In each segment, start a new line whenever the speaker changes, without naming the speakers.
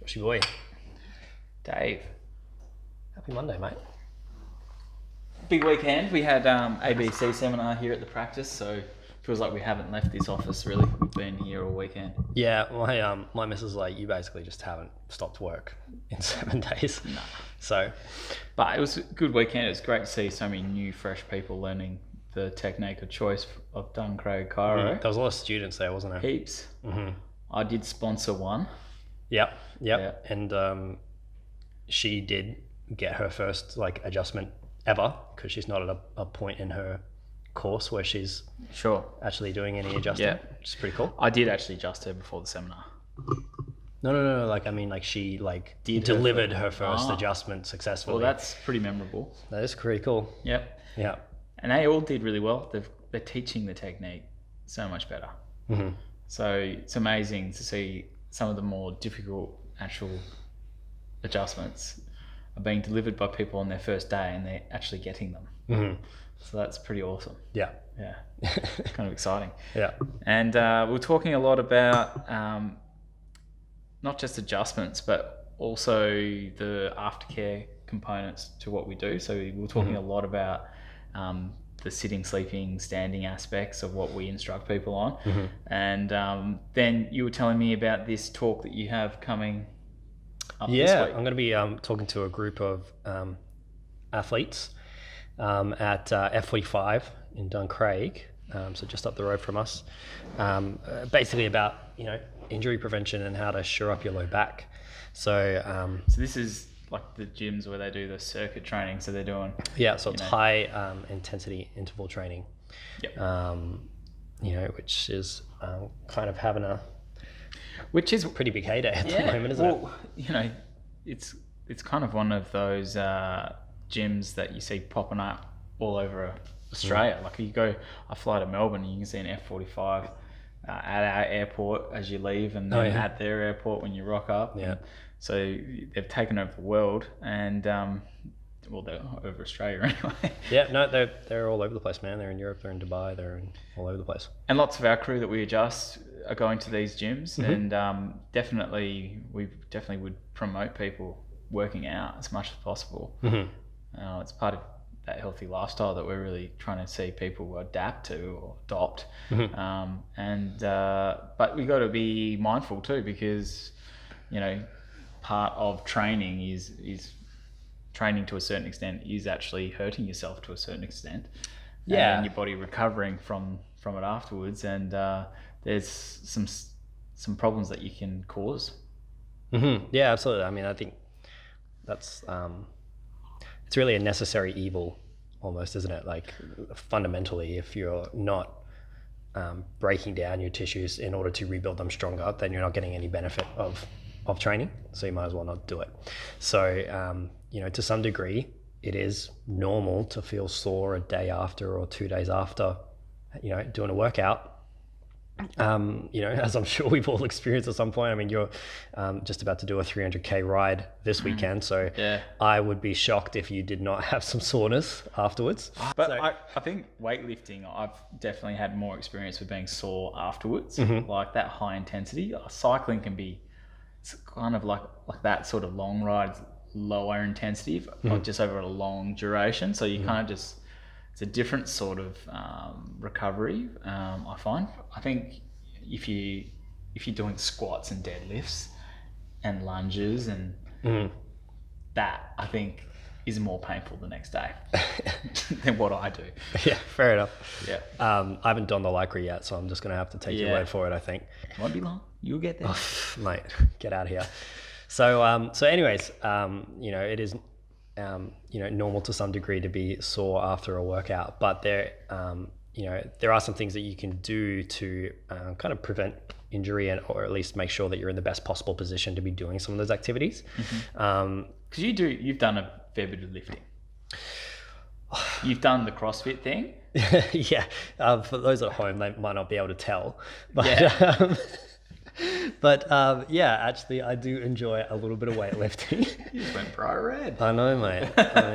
It's your boy.
Dave.
Happy Monday, mate.
Big weekend. We had um, ABC seminar here at the practice, so feels like we haven't left this office really. We've been here all weekend.
Yeah, my um, my missus is like you basically just haven't stopped work in seven days.
Nah.
So
But it was a good weekend. It was great to see so many new, fresh people learning the technique of choice of Duncraig Cairo.
there was a lot of students there, wasn't there? Mm-hmm.
Heaps. I did sponsor one.
Yep, yep.
Yeah.
And um, she did get her first like adjustment ever because she's not at a, a point in her course where she's
Sure.
actually doing any adjustment,
Yeah.
which is pretty cool.
I did actually adjust her before the seminar.
No, no, no, no. Like I mean, like she like
Did her
delivered her first
Ah.
adjustment successfully.
Well, that's pretty memorable.
that is pretty cool.
Yep.
Yeah.
And they all did really well. They've, they're teaching the technique so much better.
Mhm.
So it's amazing to see some of the more difficult actual adjustments are being delivered by people on their first day and they're actually getting them.
Mhm.
So that's pretty awesome.
Yeah.
Yeah. kind of exciting.
yeah.
And uh, we we're talking a lot about um, not just adjustments, but also the aftercare components to what we do. So we were talking a lot about um, the sitting, sleeping, standing aspects of what we instruct people on. And um, then you were telling me about this talk that you have coming up
Yeah,
this
I'm
week.
going to be um, talking to a group of um, athletes um, at uh, F45 in Duncraig, um, so just up the road from us. Um, uh, basically about you know injury prevention and how to shore up your low back. So um,
So this is like the gyms where they do the circuit training. So they're doing
yeah, so it's
know.
high um, intensity interval training.
Yep.
Um, you know, which is um, kind of having a
Which is
pretty big heyday at the moment, isn't it?
well, you know, it's it's kind of one of those uh, gyms that you see popping up all over Australia.
Mm.
Like you go, I fly to Melbourne, and you can see an F forty five. at our airport as you leave, and then
Oh, yeah.
at their airport when you rock up.
Yeah.
So they've taken over the world, and um, well, they're over Australia anyway.
Yeah, no, they're they're all over the place, man. They're in Europe, they're in Dubai, they're in, all over the place.
and lots of our crew that we adjust are going to these gyms and um, definitely we definitely would promote people working out as much as possible
Mm-hmm.
uh, it's part of that healthy lifestyle that we're really trying to see people adapt to or adopt um, and uh, but we got to be mindful too because you know part of training is is training to a certain extent is actually hurting yourself to a certain extent
Yeah.
and your body recovering from from it afterwards and uh, there's some s- some problems that you can cause
hmm Yeah, absolutely. I mean, I think that's um, it's really a necessary evil, almost, isn't it? Like fundamentally, if you're not um, breaking down your tissues in order to rebuild them stronger, then you're not getting any benefit of of training. So you might as well not do it. So um, you know, to some degree, it is normal to feel sore a day after or two days after, you know, doing a workout um, you know, as I'm sure we've all experienced at some point. I mean, you're um, just about to do a 300k ride this weekend, so
yeah
I would be shocked if you did not have some soreness afterwards.
But
So-
I, I think weightlifting, I've definitely had more experience with being sore afterwards, like that high intensity. Uh, Cycling can be it's kind of like like that sort of long ride, lower intensity, but just over a long duration. So you kind of just it's a different sort of um, recovery. Um, I find. I think if you if you're doing squats and deadlifts and lunges and Mm-hmm. that, I think is more painful the next day than what I do.
yeah, fair enough.
Yeah.
Um, I haven't done the lycra yet, so I'm just gonna have to take your
Yeah.
word for it. I think,
Won't be long. You'll get there.
mate, get out of here. So, um, so, anyways, um, you know, it is, um, you know, normal to some degree to be sore after a workout, but there, um, you know, there are some things that you can do to um, kind of prevent injury and or at least make sure that you're in the best possible position to be doing some of those activities. Um,
Because you do, you've done a fair bit of lifting. You've done the CrossFit thing.
yeah, um, for those at home, they might not be able to tell, but
Yeah.
um, but um, yeah, actually, I do enjoy a little bit of weightlifting.
You just went bright red.
I know, mate. I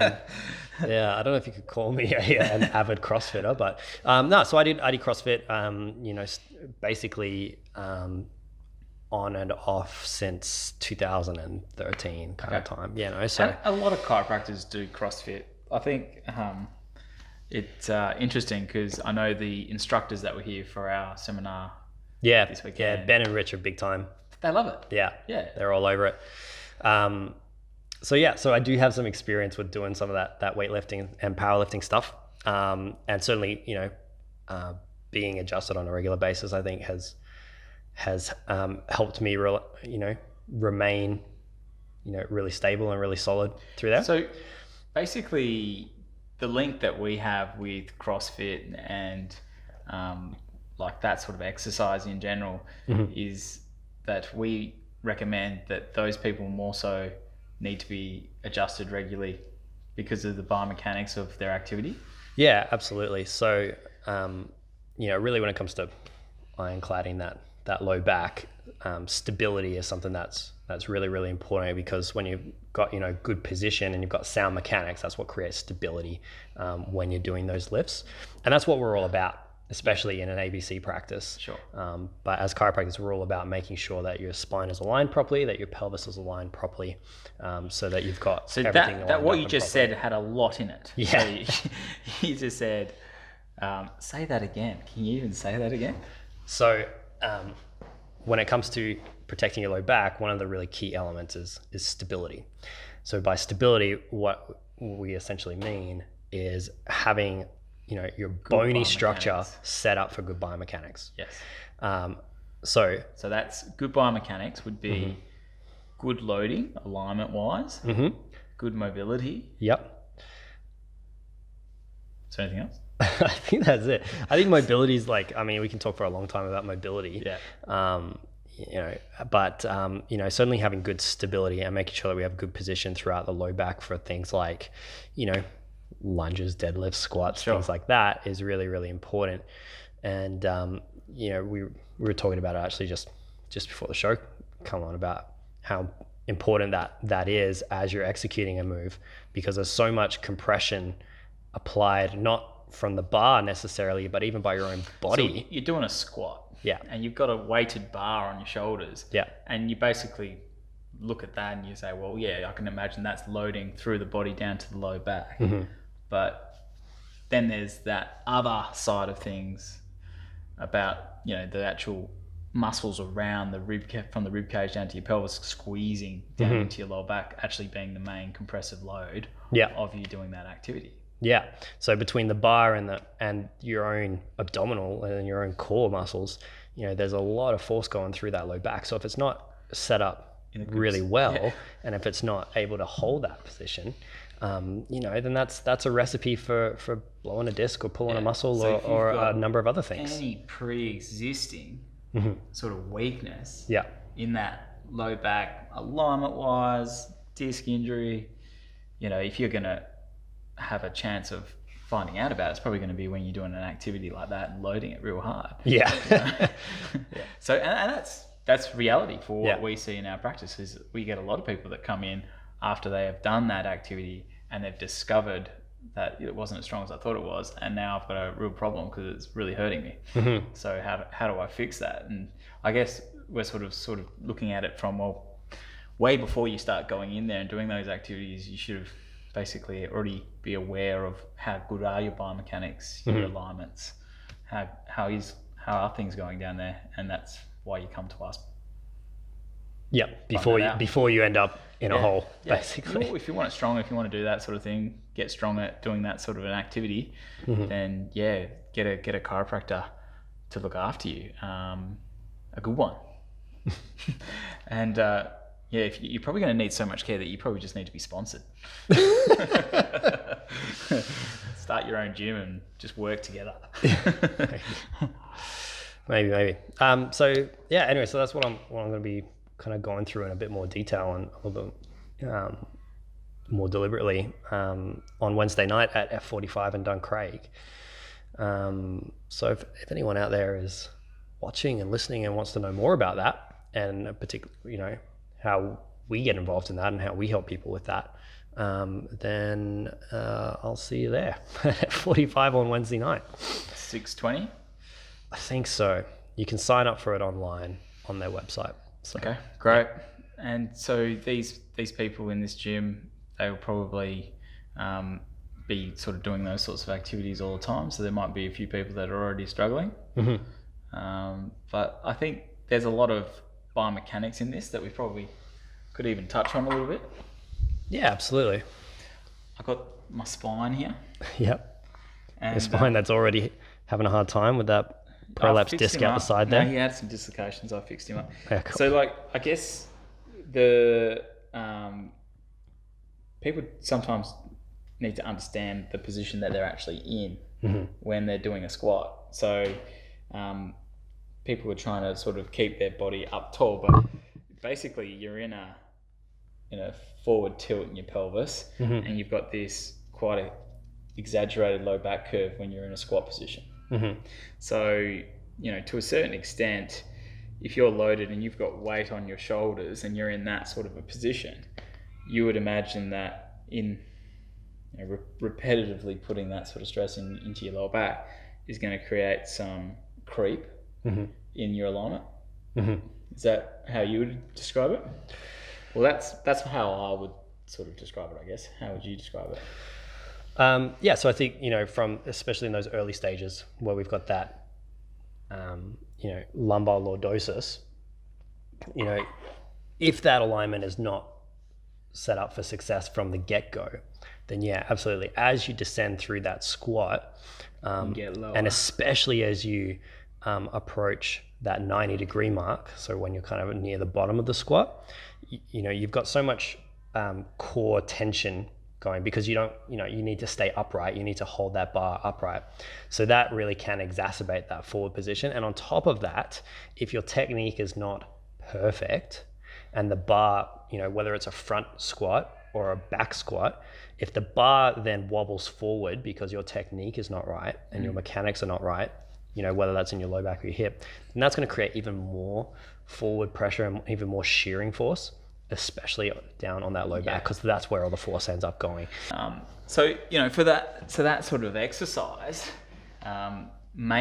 mean, yeah, I don't know if you could call me a, an avid CrossFitter, but um, no. So I did I did CrossFit. Um, you know, s- basically um, on and off since 2013 kind of
Okay.
time. You know, so
And a lot of chiropractors do CrossFit. I think um, it's uh, interesting because I know the instructors that were here for our seminar,
yeah,
this
yeah,
weekend.
Ben and Rich are big time.
they love it.
Yeah,
Yeah.
they're all over it. Um, so yeah, so I do have some experience with doing some of that that weightlifting and powerlifting stuff, um, and certainly you know, uh, being adjusted on a regular basis, I think has has um, helped me, re- you know, remain, you know, really stable and really solid through that.
So basically, the link that we have with CrossFit and um, like that sort of exercise in general
Mm-hmm.
is that we recommend that those people more so need to be adjusted regularly because of the biomechanics of their activity.
Yeah, absolutely. So, um, you know, really when it comes to ironcladding that that low back, um, stability is something that's that's really really important because when you've got you know good position and you've got sound mechanics, that's what creates stability um, when you're doing those lifts, and that's what we're all about, especially in an ABC practice.
Sure.
Um, but as chiropractors, we're all about making sure that your spine is aligned properly, that your pelvis is aligned properly, um, so that you've got
So
everything
that, that
lined
what
up
you
and
just
proper.
said had a lot in it.
Yeah.
So you, you just said, um, say that again. Can you even say that again?
So, um, when it comes to protecting your low back, one of the really key elements is is stability. So, by stability, what we essentially mean is having you know your bony structure
biomechanics.
set up for good biomechanics.
Yes.
Um, so,
So that's good biomechanics would be good loading, alignment wise,
mhm,
good mobility.
yep,
Is there anything else?
I think that's it. I think mobility is like I mean we can talk for a long time about mobility. um, you know, but um, you know, certainly having good stability and making sure that we have good position throughout the low back for things like, you know, lunges, deadlifts, squats,
Sure.
things like that is really really important. And um, you know, we we were talking about it actually just just before the show come on about how important that that is as you're executing a move because there's so much compression applied not from the bar necessarily but even by your own
So
body
you're doing a squat.
yeah
And you've got a weighted bar on your shoulders.
yeah
And you basically look at that and you say, well, yeah, I can imagine that's loading through the body down to the low back. But then there's that other side of things about, you know, the actual muscles around the rib ca- from the rib cage down to your pelvis squeezing down into your lower back actually being the main compressive load
yeah
of you doing that activity.
Yeah. So between the bar and the and your own abdominal and then your own core muscles, you know, there's a lot of force going through that low back. So if it's not set up really well, and if it's not able to hold that position, um, you know, then that's that's a recipe for for blowing a disc or pulling a muscle
So if you've
or, or a
got
number of other things. Mm-hmm.
Any pre-existing sort of weakness
yeah.
in that low back alignment wise, disc injury, you know, if you're going to have a chance of finding out about it, it's probably going to be when you're doing an activity like that and loading it real hard.
Yeah.
So, and, and that's that's reality for what
Yeah.
we see in our practice is we get a lot of people that come in after they have done that activity and they've discovered that it wasn't as strong as I thought it was, and now I've got a real problem because it's really hurting me. So how do, how do I fix that? And I guess we're sort of sort of looking at it from well, way before you start going in there and doing those activities, you should have basically already be aware of how good are your biomechanics, your alignments, how how is how are things going down there, and that's why you come to us.
Yeah. Before you
out.
before you end up in a
Yeah.
hole,
Yeah.
basically.
You- if you want it strong, if you want to do that sort of thing, get strong at doing that sort of an activity, then yeah, get a get a chiropractor to look after you, um, a good one. and uh, yeah, if you, you're probably going to need so much care that you probably just need to be sponsored. Start your own gym and just work together.
Maybe, maybe. Um, so yeah. Anyway, so that's what I'm what I'm going to be kind of going through in a bit more detail and a little bit um, more deliberately um, on Wednesday night at F45 in Duncraig. Um, so if, if anyone out there is watching and listening and wants to know more about that, and particularly you know how we get involved in that and how we help people with that, um, then uh, I'll see you there at 45 on Wednesday night.
Six twenty.
I think so. You can sign up for it online on their website. So,
Okay, great. And so these these people in this gym, they will probably um, be sort of doing those sorts of activities all the time. So there might be a few people that are already struggling.
Mhm.
Um, but I think there's a lot of biomechanics in this that we probably could even touch on a little bit.
Yeah, absolutely.
I got my spine here.
Yep.
And,
It's fine. That's already having a hard time with that
I
prolapse
fixed
disc
him
out the
up.
side
No,
there.
he had some dislocations. I fixed him up.
Yeah, cool.
So, like, I guess the um, people sometimes need to understand the position that they're actually in
Mm-hmm.
when they're doing a squat. So, um, people are trying to sort of keep their body up tall, but basically, you're in a in a forward tilt in your pelvis,
Mm-hmm.
and you've got this quite a exaggerated low back curve when you're in a squat position.
Mhm.
So, you know, to a certain extent, if you're loaded and you've got weight on your shoulders and you're in that sort of a position, you would imagine that in you know, re- repetitively putting that sort of stress in, into your lower back is going to create some creep
Mhm.
in your alignment.
Mhm.
Is that how you would describe it? Well, that's that's how I would sort of describe it, I guess. How would you describe it?
Um, yeah, so I think you know, from especially in those early stages where we've got that, um, you know, lumbar lordosis. You know, if that alignment is not set up for success from the get go, then yeah, absolutely. As you descend through that squat, um,
Get lower.
and especially as you um, approach that 90 degree mark so when you're kind of near the bottom of the squat you, you know you've got so much um, core tension going because you don't you know you need to stay upright you need to hold that bar upright so that really can exacerbate that forward position and on top of that if your technique is not perfect and the bar, you know, whether it's a front squat or a back squat, if the bar then wobbles forward because your technique is not right and your mechanics are not right, you know, whether that's in your low back or your hip, then that's going to create even more forward pressure and even more shearing force, especially down on that low back because that's where all the force ends up going.
Um, so you know, for that, so that sort of exercise, um,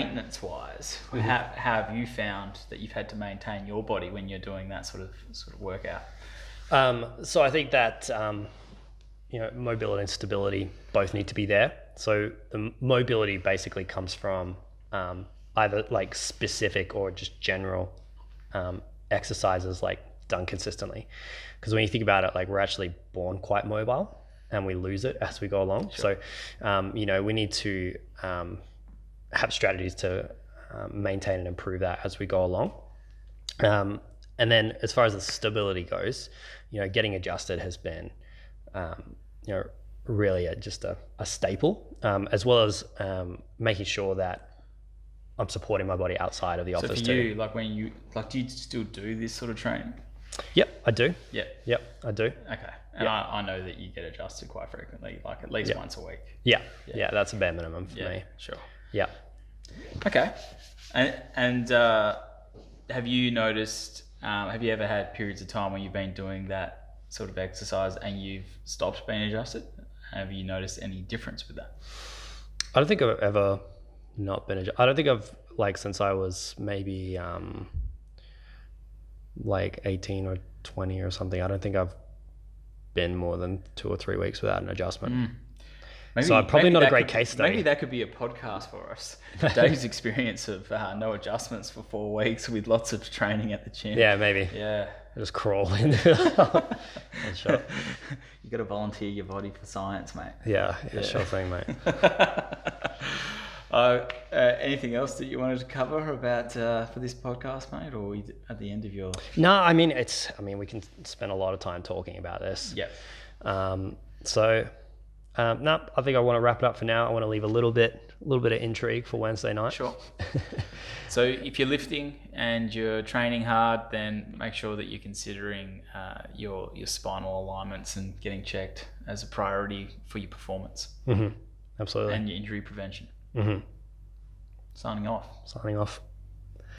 maintenance-wise, how, how have you found that you've had to maintain your body when you're doing that sort of sort of workout?
Um, so I think that um, you know mobility and stability both need to be there. So the m- mobility basically comes from um, either like specific or just general um, exercises like done consistently. Because when you think about it, like we're actually born quite mobile and we lose it as we go along. So um, you know we need to um, have strategies to um, maintain and improve that as we go along. Um, and then as far as the stability goes, you know, getting adjusted has been, um, you know, really a, just a, a staple, um, as well as um, making sure that I'm supporting my body outside of the
So for
office too.
you, like when you like, do you still do this sort of training?
Yep, I do.
Yeah.
Yep, I do.
Okay. And I, I know that you get adjusted quite frequently, like at least once a week.
Yeah, yeah, that's a bare minimum for
Yeah.
me.
Sure.
Yeah.
Okay. And and uh, have you noticed? Um, have you ever had periods of time when you've been doing that sort of exercise and you've stopped being adjusted? Have you noticed any difference with that?
I don't think I've ever not been. A, I don't think I've like since I was maybe um, like eighteen or twenty or something. I don't think I've been more than two or three weeks without an adjustment.
Maybe,
So I'm probably not a
that
great
could-
case study.
Maybe that could be a podcast for us. Dave's experience of uh, no adjustments for four weeks with lots of training at the gym.
Yeah, maybe
Yeah.
I just crawl in. yeah, Sure.
you got to volunteer your body for science, mate.
yeah, sure thing, mate.
Uh, uh, anything else that you wanted to cover about uh, for this podcast, mate, or are we at the end of your?
No, I mean it's. I mean we can spend a lot of time talking about this.
Yep.
Um, so. Um, no, I think I want to wrap it up for now. I want to leave a little bit, a little bit of intrigue for Wednesday night.
Sure. so if you're lifting and you're training hard, then make sure that you're considering uh, your your spinal alignments and getting checked as a priority for your performance
Mm-hmm. Absolutely.
and your injury prevention.
hmm
Signing off.
Signing off.